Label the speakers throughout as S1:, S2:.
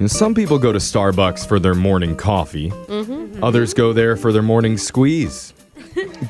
S1: And some people go to Starbucks for their morning coffee.
S2: Mm-hmm.
S1: Others go there for their morning squeeze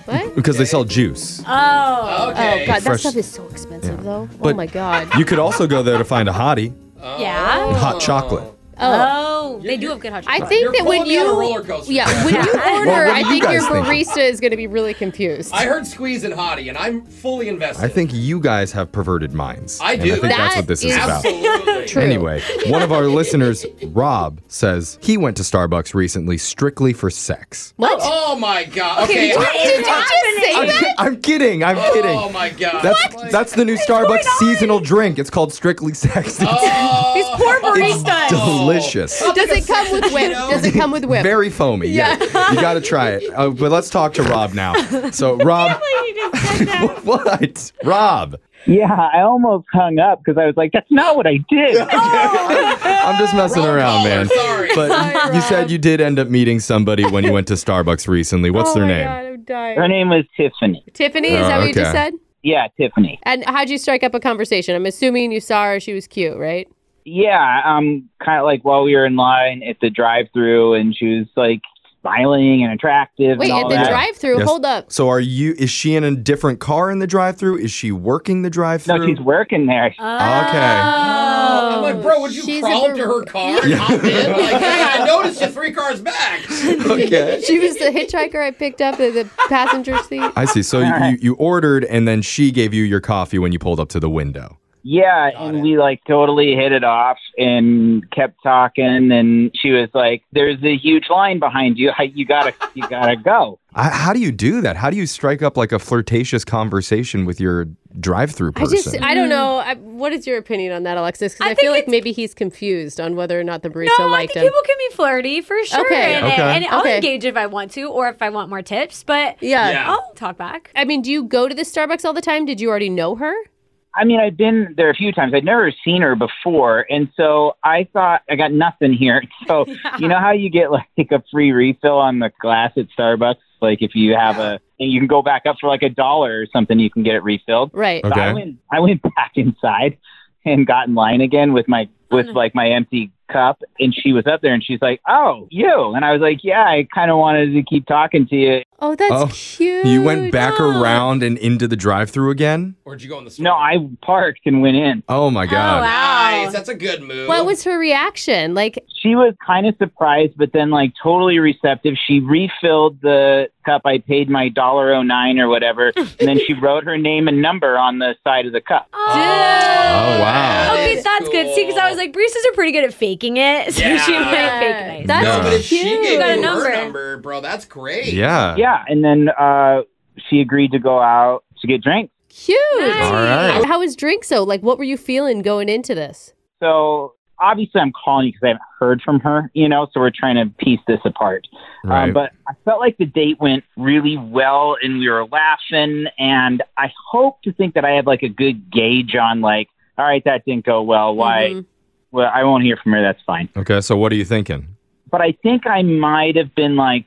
S3: What?
S1: because they sell juice.
S3: Oh.
S2: Okay.
S3: Oh god, that
S1: Fresh-
S3: stuff is so expensive though. oh
S1: But-
S3: my god.
S1: You could also go there to find a hottie,
S2: Yeah.
S1: hot chocolate.
S3: Oh.
S2: Oh, they do have good hot
S3: I
S2: chocolate.
S3: think
S2: You're
S3: that when
S2: pulling me on a
S3: you
S2: roller coaster.
S3: yeah, when you order,
S1: Well, what
S3: I
S1: do you
S3: think your
S1: guys think?
S3: barista is going to be really confused.
S2: I heard squeeze and hottie, and I'm fully invested.
S1: I think you guys have perverted minds.
S2: I
S1: and
S2: do.
S1: I think that's
S3: That
S1: what this is
S3: is
S1: about.
S2: Absolutely.
S3: True.
S1: Anyway, one of our listeners, Rob, says he went to Starbucks recently strictly for sex.
S3: what?
S2: Oh my god. Okay.
S3: did, you, did you just say
S1: I'm,
S3: that?
S1: I'm kidding. I'm kidding.
S2: Oh my god.
S1: That's that's the new Starbucks seasonal drink. It's called Strictly Sex. It's
S2: Oh.
S4: These poor baristas.
S1: delicious.
S3: Does it come with whip? Does it come with whip?
S1: Very foamy. Yeah. you got to try it. Uh, but let's talk to Rob now. So, Rob, what? Rob,
S5: Yeah, I almost hung up because I was like, that's not what I did.
S1: I'm just messing
S2: Wrong
S1: around,
S2: caller,
S1: man.
S2: Oh, sorry.
S1: But you said you did end up meeting somebody when you went to Starbucks recently. What's
S3: oh
S1: their
S3: my
S1: name?
S3: God, I'm dying.
S5: Her name was Tiffany.
S3: Tiffany, is
S1: Oh,
S3: that what you just
S1: okay.
S3: said?
S5: Yeah, Tiffany.
S3: And how'd you strike up a conversation? I'm assuming you saw her; she was cute, right?
S5: Yeah, um, kind of like while we were in line at the drive-through, and she was like smiling and attractive.
S3: Wait,
S5: and
S3: at
S5: all
S3: the
S5: that.
S3: drive-through.
S1: Yes.
S3: Hold up.
S1: So are you? Is she in a different car in the drive-through? Is she working the drive-through?
S5: No, she's working there.
S3: Oh.
S4: Oh.
S2: I'm like, bro, would you
S3: She's
S2: crawl
S3: a
S2: up to her car and hop in? Like, hey, I noticed you three cars back.
S1: okay.
S3: She was the hitchhiker I picked up at the passenger seat.
S1: I see. So you, you, you ordered, and then she gave you your coffee when you pulled up to the window.
S5: Yeah, and we like totally hit it off and kept talking. And she was like, "There's a huge line behind you. You gotta, you gotta go."
S1: I, how do you do that? How do you strike up like a flirtatious conversation with your drive-through
S3: I
S1: person?
S3: just, I don't know. I, what is your opinion on that, Alexis? Because I,
S4: Mm. I
S3: feel
S4: think
S3: like
S4: it's-
S3: maybe he's confused on whether or not the barista
S4: No, I
S3: liked
S4: think
S3: him.
S4: people can be flirty for sure.
S3: Okay.
S4: And,
S1: Okay.
S4: and I'll
S3: Okay.
S4: engage if I want to or if I want more tips, but
S3: Yeah.
S2: Yeah.
S4: I'll talk back.
S3: I mean, do you go to the Starbucks all the time? Did you already know her?
S5: I mean, I've been there a few times. I'd never seen her before, and so I thought I got nothing here. So you know how you get like a free refill on the glass at Starbucks, like if you have a, and you can go back up for like a dollar or something, you can get it refilled.
S3: Right.
S5: So I
S1: okay.
S5: went, I went back inside and got in line again with my with like my empty cup, and she was up there, and she's like, "Oh, you," and I was like, "Yeah, I kind of wanted to keep talking to you."
S3: Oh, that's
S1: Oh,
S3: cute.
S1: You went back
S4: Oh.
S1: around and into the drive-through again.
S2: Or did you go in the store?
S5: No, I parked and went in.
S1: Oh my
S4: Oh,
S1: god.
S4: wow.
S2: Nice. That's a good move.
S3: What was her reaction? Like,
S5: she was kind of surprised, but then like totally receptive. She refilled the cup. I paid my dollar oh nine or whatever, and then she wrote her name and number on the side of the cup.
S4: Oh.
S1: Oh, wow.
S2: that
S4: Okay,
S2: is
S4: that's good. See, because I was
S2: cool.
S4: like, baristas are pretty good at faking it. So she
S2: Yeah.
S4: might fake it.
S3: That's
S1: No.
S2: But if she
S3: cute.
S2: gave you
S4: Got a
S2: her
S4: number.
S2: number, bro, that's great.
S1: Yeah.
S5: Yeah, and then uh, she agreed to go out to get drinks.
S3: cute.
S4: Nice.
S1: All right.
S3: How was drinks though? Like, what were you feeling going into this?
S5: So obviously, I'm calling you because I haven't heard from her. You know, so we're trying to piece this apart.
S1: Right.
S5: Um, but I felt like the date went really well, and we were laughing. And I hope to think that I had like a good gauge on like, all right, that didn't go well. Why?
S3: Mhm.
S5: Well, I won't hear from her. That's fine.
S1: okay. So what are you thinking?
S5: But I think I might have been like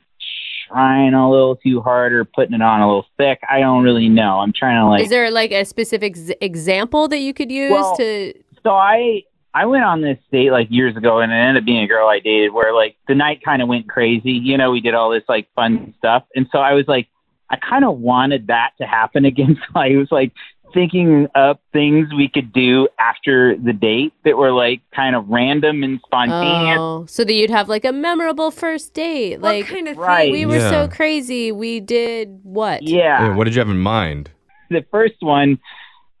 S5: trying a little too hard or putting it on a little thick. I don't really know. I'm trying to like.
S3: Is there like a specific z- example that you could use
S5: Well,
S3: to?
S5: so I I went on this date like years ago, and it ended up being a girl I dated. Where like the night kind of went crazy. You know, we did all this like fun stuff, and so I was like, I kind of wanted that to happen again. So I was like thinking up things we could do after the date that were like kind of random and spontaneous.
S3: Oh, so that you'd have like a memorable first date.
S4: What
S3: Like,
S4: kind of thing?
S5: Right.
S3: we were
S1: Yeah.
S3: so crazy. We did what?
S1: Yeah, Eh, what did you have in mind?
S5: the first one,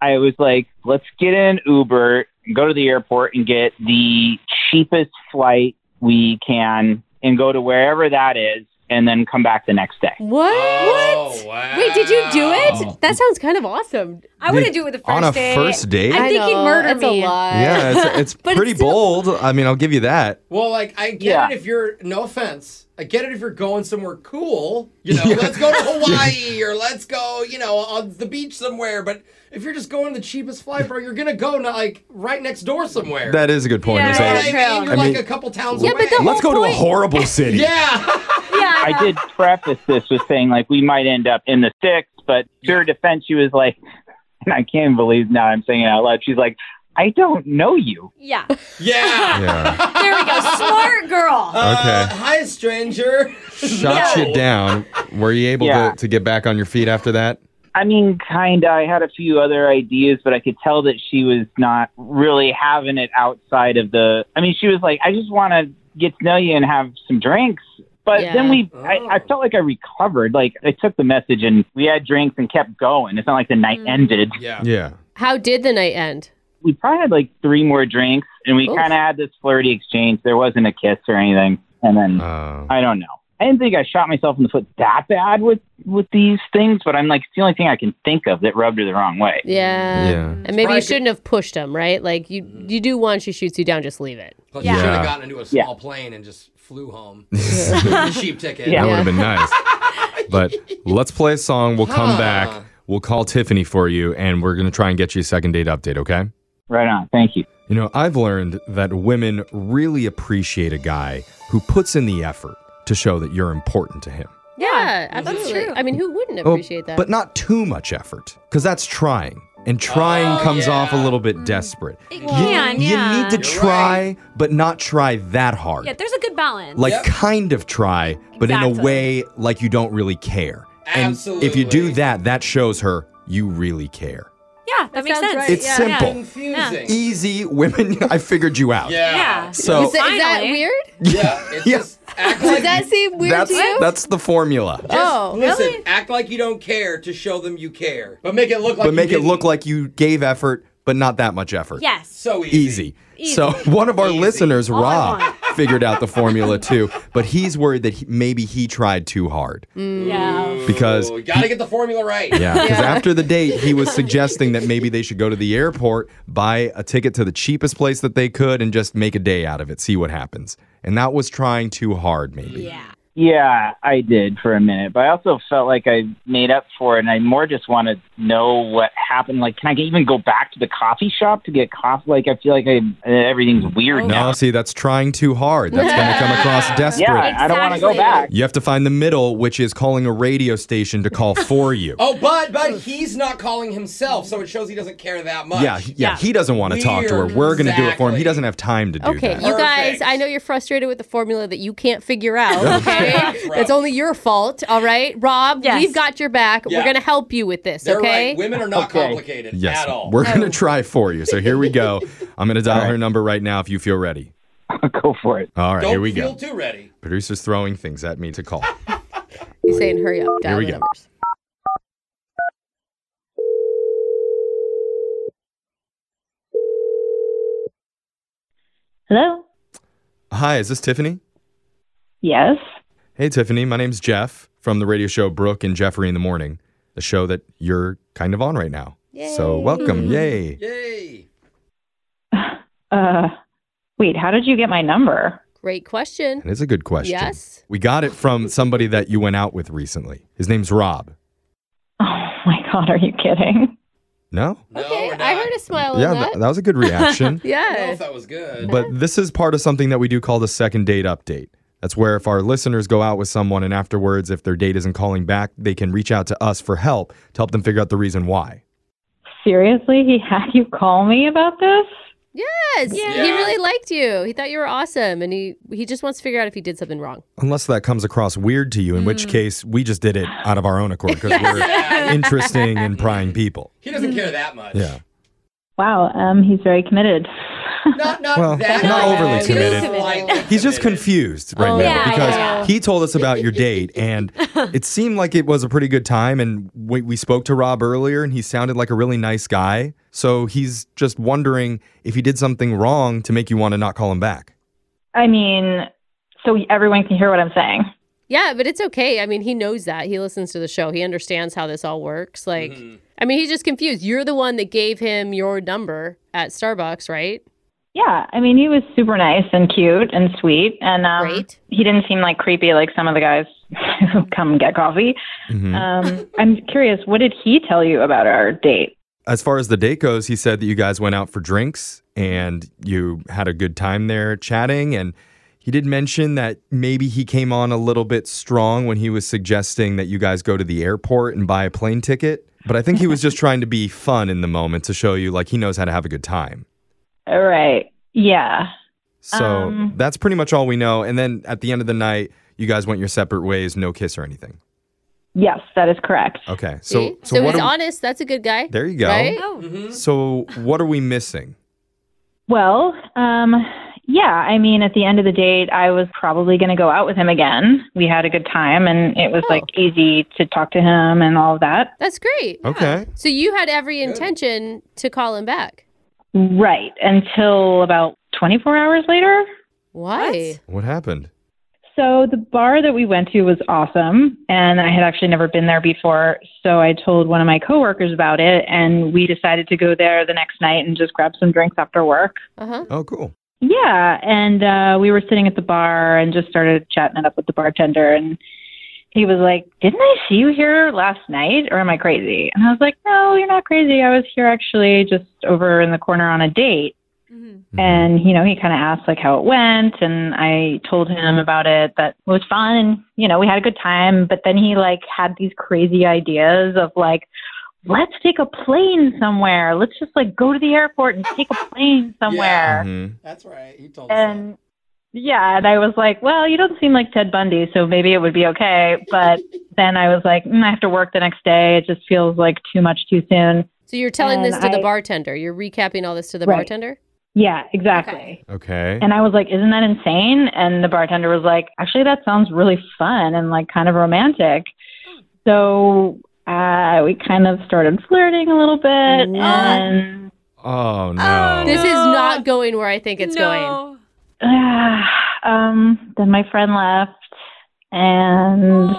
S5: I was like, let's get an Uber, go to the airport, and get the cheapest flight we can, and go to wherever that is, and then come back the next day.
S3: What?
S2: Oh, wow.
S3: Wait, did you do it? That sounds kind of awesome.
S4: I wouldn't do it with the first
S1: on a
S4: date.
S1: first date.
S4: I think he'd murder
S3: that's
S4: me.
S3: A lot.
S1: yeah, it's, it's
S3: But
S1: pretty
S3: it's still-
S1: bold. I mean, I'll give you that.
S2: Well, like, I get
S5: Yeah.
S2: it if you're, no offense, I get it if you're going somewhere cool. You know, let's go to Hawaii or let's go, you know, on the beach somewhere. But if you're just going the cheapest flight, bro, you're going to go, not, like, right next door somewhere.
S1: That is a good point.
S4: Yeah,
S1: It's
S2: you know
S1: like,
S2: what I mean? You're
S1: I
S2: like
S1: mean-
S2: a couple towns
S3: Yeah,
S2: away.
S3: but the whole
S1: Let's go to a
S3: point-
S1: horrible city.
S2: Yeah.
S4: Yeah.
S5: I did preface this with saying, like, we might end up in the six, but to her defense, she was like, and I can't believe now I'm saying it out loud. She's like, I don't know you.
S4: Yeah.
S2: Yeah.
S1: Yeah.
S4: There we go. Smart girl.
S2: Uh,
S1: Okay.
S2: hi, stranger.
S1: Shot you down. Were you able
S5: Yeah.
S1: to, to get back on your feet after that?
S5: I mean, kind of. I had a few other ideas, but I could tell that she was not really having it outside of the. I mean, she was like, I just want to get to know you and have some drinks. But
S3: Yeah.
S5: then we,
S2: Oh.
S5: I, I felt like I recovered. Like, I took the message and we had drinks and kept going. It's not like the night
S3: Mm-hmm.
S4: Mm.
S5: ended.
S2: Yeah.
S1: Yeah.
S3: How did the night end?
S5: We probably had like three more drinks and we
S3: Oof.
S5: kind of had this flirty exchange. There wasn't a kiss or anything. And then.
S1: Uh,
S5: I don't know. I didn't think I shot myself in the foot that bad with with these things, but I'm like, it's the only thing I can think of that rubbed her the wrong way.
S3: Yeah.
S1: Yeah.
S3: And maybe you
S2: Right.
S3: shouldn't have pushed him, right? Like you, you do once she shoots you down, just leave it.
S2: Plus,
S4: Yeah.
S2: you should have gotten into a
S5: Yeah.
S2: small plane and just flew home.
S1: that
S2: Cheap ticket.
S5: Yeah.
S1: would have been nice. But let's play a song. We'll come
S2: Huh.
S1: back. We'll call Tiffany for you, and we're going to try and get you a second date update, okay?
S5: Right on. Thank you.
S1: You know, I've learned that women really appreciate a guy who puts in the effort to show that you're important to him.
S3: Yeah,
S4: that's
S3: absolutely.
S4: true.
S3: I mean, who wouldn't
S1: Oh,
S3: appreciate that?
S1: But not too much effort, because that's trying. And trying
S2: Oh,
S1: comes off a
S2: yeah.
S1: little bit desperate.
S4: It
S1: You-
S4: can,
S1: you,
S4: yeah.
S1: need to
S2: You're
S1: try, but not try that hard.
S4: Yeah, there's a good balance.
S1: like
S2: Yep.
S1: kind of try, but in a
S4: Exactly.
S1: way like you don't really care. And if you do
S2: Absolutely.
S1: that, that shows her you really care.
S4: yeah, that, makes
S3: sounds
S4: sense.
S3: right,
S1: It's
S4: yeah.
S1: simple.
S2: Confusing.
S1: Easy women, I figured you out.
S2: Yeah.
S4: Yeah.
S1: So-
S3: is, that- is that
S4: Finally.
S3: weird?
S2: Yeah. It's
S1: Yeah.
S2: just act
S3: Does
S2: like
S3: that seem weird
S1: That's
S3: to you?
S1: that's the formula.
S2: Just
S3: Oh,
S2: listen,
S3: really?
S2: act like you don't care to show them you care, but make it look
S1: but
S2: like Oh, you
S1: make it
S2: didn't.
S1: look like you gave effort, but not that much effort.
S4: Yes.
S2: so easy.
S1: Easy. So one of our
S2: Easy.
S1: listeners,
S4: I
S1: Rob,
S4: want.
S1: figured out the formula too, but he's worried that he, maybe he tried too hard.
S4: Yeah.
S2: Ooh,
S1: Because-
S2: gotta get the formula right.
S1: Yeah, because after the date, he was suggesting that maybe they should go to the airport, buy a ticket to the cheapest place that they could, and just make a day out of it, see what happens. And that was trying too hard, maybe.
S4: Yeah.
S5: Yeah, I did for a minute, but I also felt like I made up for it, and I more just want to know what happened. Like, can I even go back to the coffee shop to get coffee? Like, I feel like I everything's weird
S1: No,
S5: now.
S1: see, that's trying too hard. That's going to come across desperate.
S5: Yeah, I don't want to go
S4: Exactly.
S5: back.
S1: You have to find the middle, which is calling a radio station to call for you.
S2: Oh, but but he's not calling himself, so it shows he doesn't care that much.
S1: yeah, he- yeah,
S4: Yeah.
S1: he doesn't want to talk to her.
S2: Weird.
S1: We're going to do it for him. He
S2: Exactly.
S1: doesn't have time to do
S3: Okay,
S1: that.
S3: you guys,
S2: Perfect.
S3: I know you're frustrated with the formula that you can't figure out.
S2: Yeah,
S3: Okay,
S2: bro.
S3: that's only your fault. All right, Rob,
S4: Yes.
S3: we've got your back.
S2: Yeah.
S3: We're gonna help you with this.
S2: They're
S3: okay.
S2: right. Women are not
S5: Okay.
S2: complicated
S1: Yes,
S2: at all.
S1: we're going to try for you. So here we go. I'm going to dial
S5: All right.
S1: her number right now if you feel ready.
S5: go for it.
S1: All right,
S2: Don't
S1: here we
S2: feel
S1: go.
S2: too ready.
S1: Producer's throwing things at me to call.
S3: He's saying, "Hurry up." Dial
S1: we
S3: the
S1: go.
S3: numbers.
S6: Hello?
S1: Hi, is this Tiffany?
S6: Yes.
S1: Hey, Tiffany. My name's Jeff from the radio show Brooke and Jeffrey in the Morning, the show that you're kind of on right now. So welcome.
S3: Mm-hmm.
S1: Yay.
S2: Yay.
S6: Uh, wait, how did you get my number?
S3: Great question.
S1: That is a good question.
S3: Yes.
S1: We got it from somebody that you went out with recently. His name's Rob.
S6: Oh my God, are you kidding?
S1: No?
S2: No,
S3: okay,
S2: we're not.
S3: I heard a smile
S1: yeah,
S3: on that.
S1: th- that was a good reaction.
S2: I don't know
S3: Oh, yeah.
S2: if that was good.
S1: but this is part of something that we do call the second date update. That's where if our listeners go out with someone and afterwards, if their date isn't calling back, they can reach out to us for help to help them figure out the reason why.
S6: Seriously, he had you call me about this?
S3: Yes,
S2: Yeah.
S3: he really liked you. He thought you were awesome, and he he just wants to figure out if he did something wrong.
S1: Unless that comes across weird to you, in
S3: Mm.
S1: which case we just did it out of our own accord because we're interesting and prying people.
S2: He doesn't care that much.
S1: Yeah.
S6: Wow, um, he's very committed.
S2: Not not
S1: Well,
S2: that
S1: not
S2: much.
S1: overly
S2: Just
S1: committed.
S2: lightly
S1: He's just
S2: committed.
S1: confused right
S3: Oh,
S1: now
S4: yeah,
S1: because
S3: yeah.
S1: he told us about your date and it seemed like it was a pretty good time. And we, we spoke to Rob earlier and he sounded like a really nice guy. So he's just wondering if he did something wrong to make you want to not call him back.
S6: I mean, so everyone can hear what I'm saying.
S3: Yeah, but it's okay. I mean, he knows that. He listens to the show. He understands how this all works. Like,
S2: Mhm.
S3: I mean, he's just confused. You're the one that gave him your number at Starbucks, right?
S6: Yeah, I mean, he was super nice and cute and sweet, and um,
S3: Great.
S6: he didn't seem like creepy like some of the guys who come get coffee.
S1: Mhm.
S6: Um, I'm curious, what did he tell you about our date?
S1: as far as the date goes, he said that you guys went out for drinks and you had a good time there chatting. And he did mention that maybe he came on a little bit strong when he was suggesting that you guys go to the airport and buy a plane ticket. But I think he was just trying to be fun in the moment to show you, like, he knows how to have a good time.
S6: All right. Yeah.
S1: So
S6: Um,
S1: that's pretty much all we know. And then at the end of the night, you guys went your separate ways, no kiss or anything.
S6: Yes, that is correct.
S1: Okay.
S3: See?
S1: So so, what?
S3: he's
S1: are we-
S3: honest. That's a good guy.
S1: there you go.
S3: Right?
S4: Oh,
S1: Mm-hmm. So what are we missing?
S6: Well, um, yeah, I mean, at the end of the date, I was probably going to go out with him again. We had a good time, and it was
S3: Oh.
S6: like easy to talk to him and all of that.
S3: That's great.
S1: Okay.
S3: So you had every intention to call him back.
S6: Right until about 24 hours later.
S3: Why?
S1: What happened?
S6: So the bar that we went to was awesome, and I had actually never been there before. So I told one of my coworkers about it, and we decided to go there the next night and just grab some drinks after work.
S3: Uh huh.
S1: Oh, cool.
S6: Yeah, and uh, we were sitting at the bar and just started chatting it up with the bartender, and he was like, "Didn't I see you here last night, or am I crazy?" And I was like, "No, you're not crazy. I was here actually, just over in the corner on a date."
S4: mhm.
S1: Mm-hmm.
S6: And you know, he kind of asked like how it went, and I told him about it that it was fun. And, you know, we had a good time, but then he like had these crazy ideas of like. Let's take a plane somewhere. Let's just like go to the airport and take a plane somewhere
S1: Mhm.
S2: That's right. He told us.
S6: and yeah, and I was like, well, you don't seem like Ted Bundy, so maybe it would be okay. But then I was like, mm, I have to work the next day. It just feels like too much too soon.
S3: So you're telling this
S6: And
S3: to the
S6: I-
S3: bartender. You're recapping all this to the
S6: Right.
S3: bartender.
S6: Yeah, exactly.
S4: Okay.
S1: Okay.
S6: And I was like, isn't that insane? And the bartender was like, actually, that sounds really fun and like kind of romantic. So uh, we kind of started flirting a little bit. And
S1: oh no.
S3: This is
S4: No.
S3: not going where I think it's going.
S4: no.
S6: uh, um, then my friend left. And.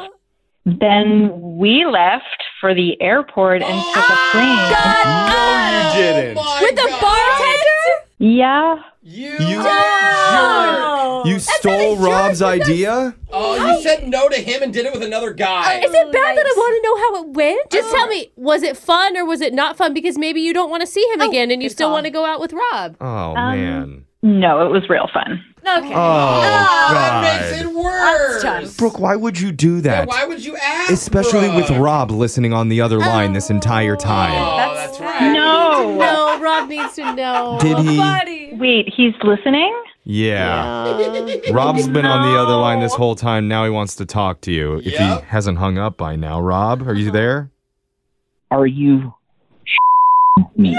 S6: Then we left for the airport and took a plane.
S1: no, you didn't.
S2: Oh my
S4: With the
S2: God.
S4: bartender?
S6: Yeah.
S2: You.
S1: You-
S2: jerk.
S1: you stole Rob's idea?
S2: Oh, you said no to him and did it with another guy.
S4: Is it bad that I want to know how it went?
S3: Just tell me, was it fun or was it not fun? Because maybe you don't want to see him
S4: Oh,
S3: again and you
S4: good
S3: still
S4: call.
S3: want to go out with Rob.
S1: Oh man.
S6: No, it was real fun.
S4: Okay.
S1: Oh,
S2: that
S1: God.
S2: makes it worse.
S4: That's tough.
S1: Brooke, why would you do
S2: Yeah,
S1: that?
S2: why would you ask?
S1: Especially with
S2: Brooke?
S1: Rob listening on the other line this entire time.
S2: Oh,
S4: That's-
S2: that's, right.
S6: No.
S3: No, Rob needs to know.
S1: Did he?
S4: Buddy.
S6: Wait, he's listening?
S1: Yeah.
S3: Uh,
S1: Rob's been on the other line this whole time. Now he wants to talk to you. If
S2: Yep.
S1: he hasn't hung up by now, Rob, are you there?
S5: Are you me?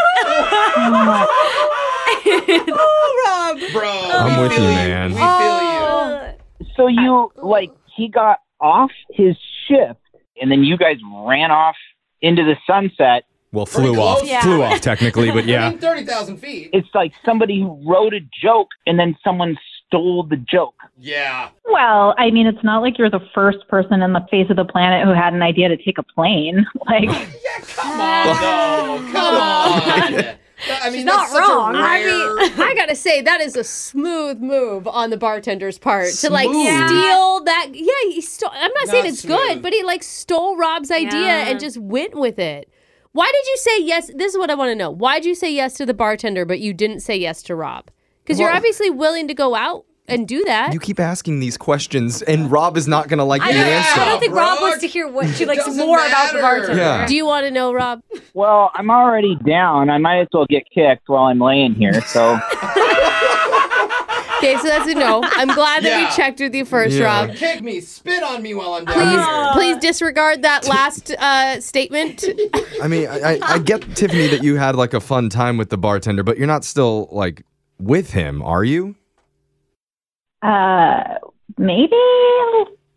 S2: Bro,
S1: I'm
S2: we
S1: with
S2: feel
S1: you, man.
S2: We
S4: Oh.
S2: feel you.
S5: So you like he got off his shift and then you guys ran off into the sunset.
S1: Well,
S2: Pretty
S1: flew off.
S2: close.
S4: Yeah.
S1: Flew off technically, but
S2: I
S1: yeah.
S2: mean, 30,000 feet.
S5: It's like somebody who wrote a joke and then someone stole the joke.
S2: Yeah.
S6: Well, I mean, it's not like you're the first person on the face of the planet who had an idea to take a plane. Like,
S2: Yeah, come on, no. Come on. I mean,
S4: Oh. She's
S2: that's
S4: not
S2: such a
S4: wrong. I
S2: rare-
S3: I gotta say that is a smooth move on the bartender's part to like
S1: Smooth.
S4: Yeah.
S3: steal that. Yeah, he stole. I'm not, saying
S2: Not
S3: it's
S2: smooth.
S3: good, but he like stole Rob's idea
S4: Yeah.
S3: and just went with it. Why did you say yes? This is what I want to know. Why did you say yes to the bartender, but you didn't say yes to Rob? Because you're
S1: Well-
S3: obviously willing to go out and do that.
S1: You keep asking these questions, and Rob is not going to like
S4: I
S1: the
S4: don't,
S1: answer.
S4: I don't think Rob wants to hear what she likes more about the bartender.
S1: Yeah.
S3: do you want to know, Rob?
S5: Well, I'm already down. I might as well get kicked while I'm laying here. So
S3: Okay, so that's a no. I'm glad that
S2: Yeah.
S3: we checked with you first,
S1: Yeah.
S3: Rob.
S2: Kick me, spit on me while I'm down
S3: Please,
S4: Uh,
S2: here.
S3: please disregard that last uh, statement.
S1: I mean, I, I, I get Tiffany that you had like a fun time with the bartender, but you're not still like with him, are you?
S6: uh, maybe?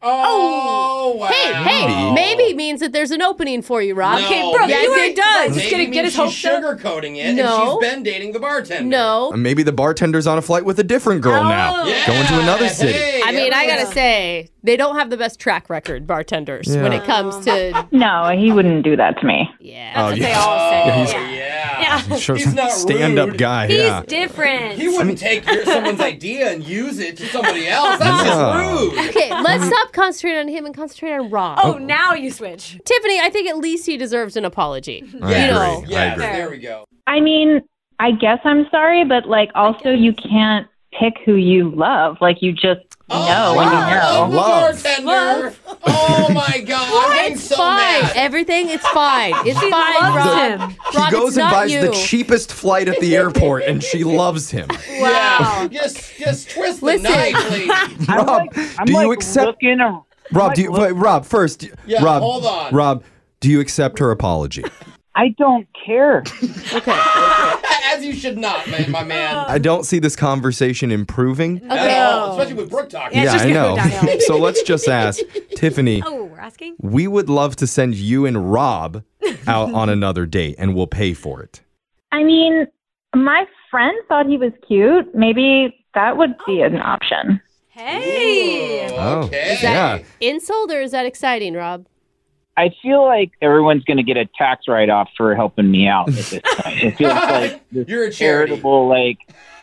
S2: Oh, wow.
S3: Hey, hey, maybe means that there's an opening for you, Rob.
S2: No.
S4: Okay, bro,
S3: Yes,
S4: you were
S3: it does.
S4: Just
S2: Maybe
S4: gonna
S2: means
S4: get his hopes
S2: she's
S4: up.
S2: sugarcoating it,
S3: No.
S2: and she's been dating the bartender.
S3: No.
S1: Uh, Maybe the bartender's on a flight with a different girl now,
S2: Yeah,
S1: going to another city.
S2: hey,
S3: I mean, I gotta
S2: everyone-
S3: say, they don't have the best track record, bartenders, when
S1: Yeah.
S3: it comes to.
S6: No, he wouldn't do that to me.
S3: Yeah.
S1: Oh,
S4: That's what they
S1: yeah.
S4: all say.
S2: Oh,
S4: yeah.
S2: yeah.
S4: Yeah.
S1: Sure,
S2: He's not
S1: stand-up
S2: rude.
S1: guy.
S4: He's
S1: yeah.
S4: different.
S2: He wouldn't take your, someone's idea and use it to somebody else. That's
S1: No.
S2: just rude.
S3: Okay, let's stop concentrating on him and concentrate on Rob.
S4: oh, now you switch.
S3: Tiffany, I think at least he deserves an apology.
S1: I
S3: You
S1: agree. I
S3: know.
S2: Yes,
S1: agree.
S2: there we go.
S6: I mean, I guess I'm sorry, but like, also, you can't pick who you love. Like, you just
S2: Oh,
S6: No, I mean, no.
S2: love the
S1: Love.
S2: bartender. Oh my god, I'm getting
S3: It's
S2: so
S3: fine.
S2: mad.
S3: Everything is fine. It's fine,
S4: loves
S3: Rob.
S4: him.
S3: Rob,
S1: He goes
S3: it's
S1: and
S3: not
S1: buys
S3: you.
S1: the cheapest flight at the airport, and she loves him.
S2: Yeah. Just, just twist the
S3: Listen.
S2: knife, lady.
S5: I'm
S1: Rob,
S5: like, I'm
S1: do you
S5: like
S1: accept-
S5: looking ar-
S1: Rob, do you, wait, Rob first?
S2: Yeah,
S1: Rob,
S2: hold on.
S1: Rob, do you accept her apology?
S5: I don't care.
S3: Okay.
S2: As you should not, man, my man.
S1: I don't see this conversation improving.
S2: At
S3: Okay.
S2: all, especially with Brooke talking.
S4: Yeah. it's
S1: yeah,
S4: just
S1: I
S4: gonna
S1: know.
S4: go downhill.
S1: so let's just ask Tiffany.
S4: Oh, we're asking?
S1: We would love to send you and Rob out on another date, and we'll pay for it.
S6: I mean, my friend thought he was cute. Maybe that would be an option.
S4: Hey.
S1: Oh,
S2: Okay.
S1: yeah.
S3: Insult or is that exciting, Rob?
S5: I feel like everyone's going to get a tax write off for helping me out at this point. It feels like this
S2: You're a charity.
S5: charitable, like,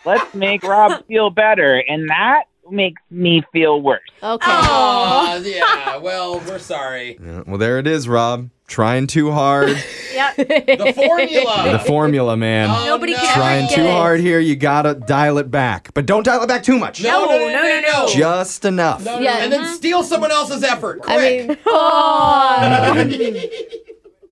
S5: let's make Rob feel better. And that makes me feel worse.
S3: Okay.
S2: Oh, Aw, yeah. Well, we're sorry.
S1: Yeah, Well, there it is, Rob. Trying too hard.
S4: Yep.
S2: The formula.
S1: the formula, man.
S2: Oh,
S4: Nobody
S2: no.
S4: can ever
S1: Trying
S4: get
S1: too
S4: it.
S1: hard here. You gotta dial it back, but don't dial it back too much.
S2: No, no, no, no, no. no.
S1: Just enough.
S2: No, no,
S3: Yeah.
S2: And then steal someone else's effort.
S3: I
S2: Quick.
S3: mean, oh,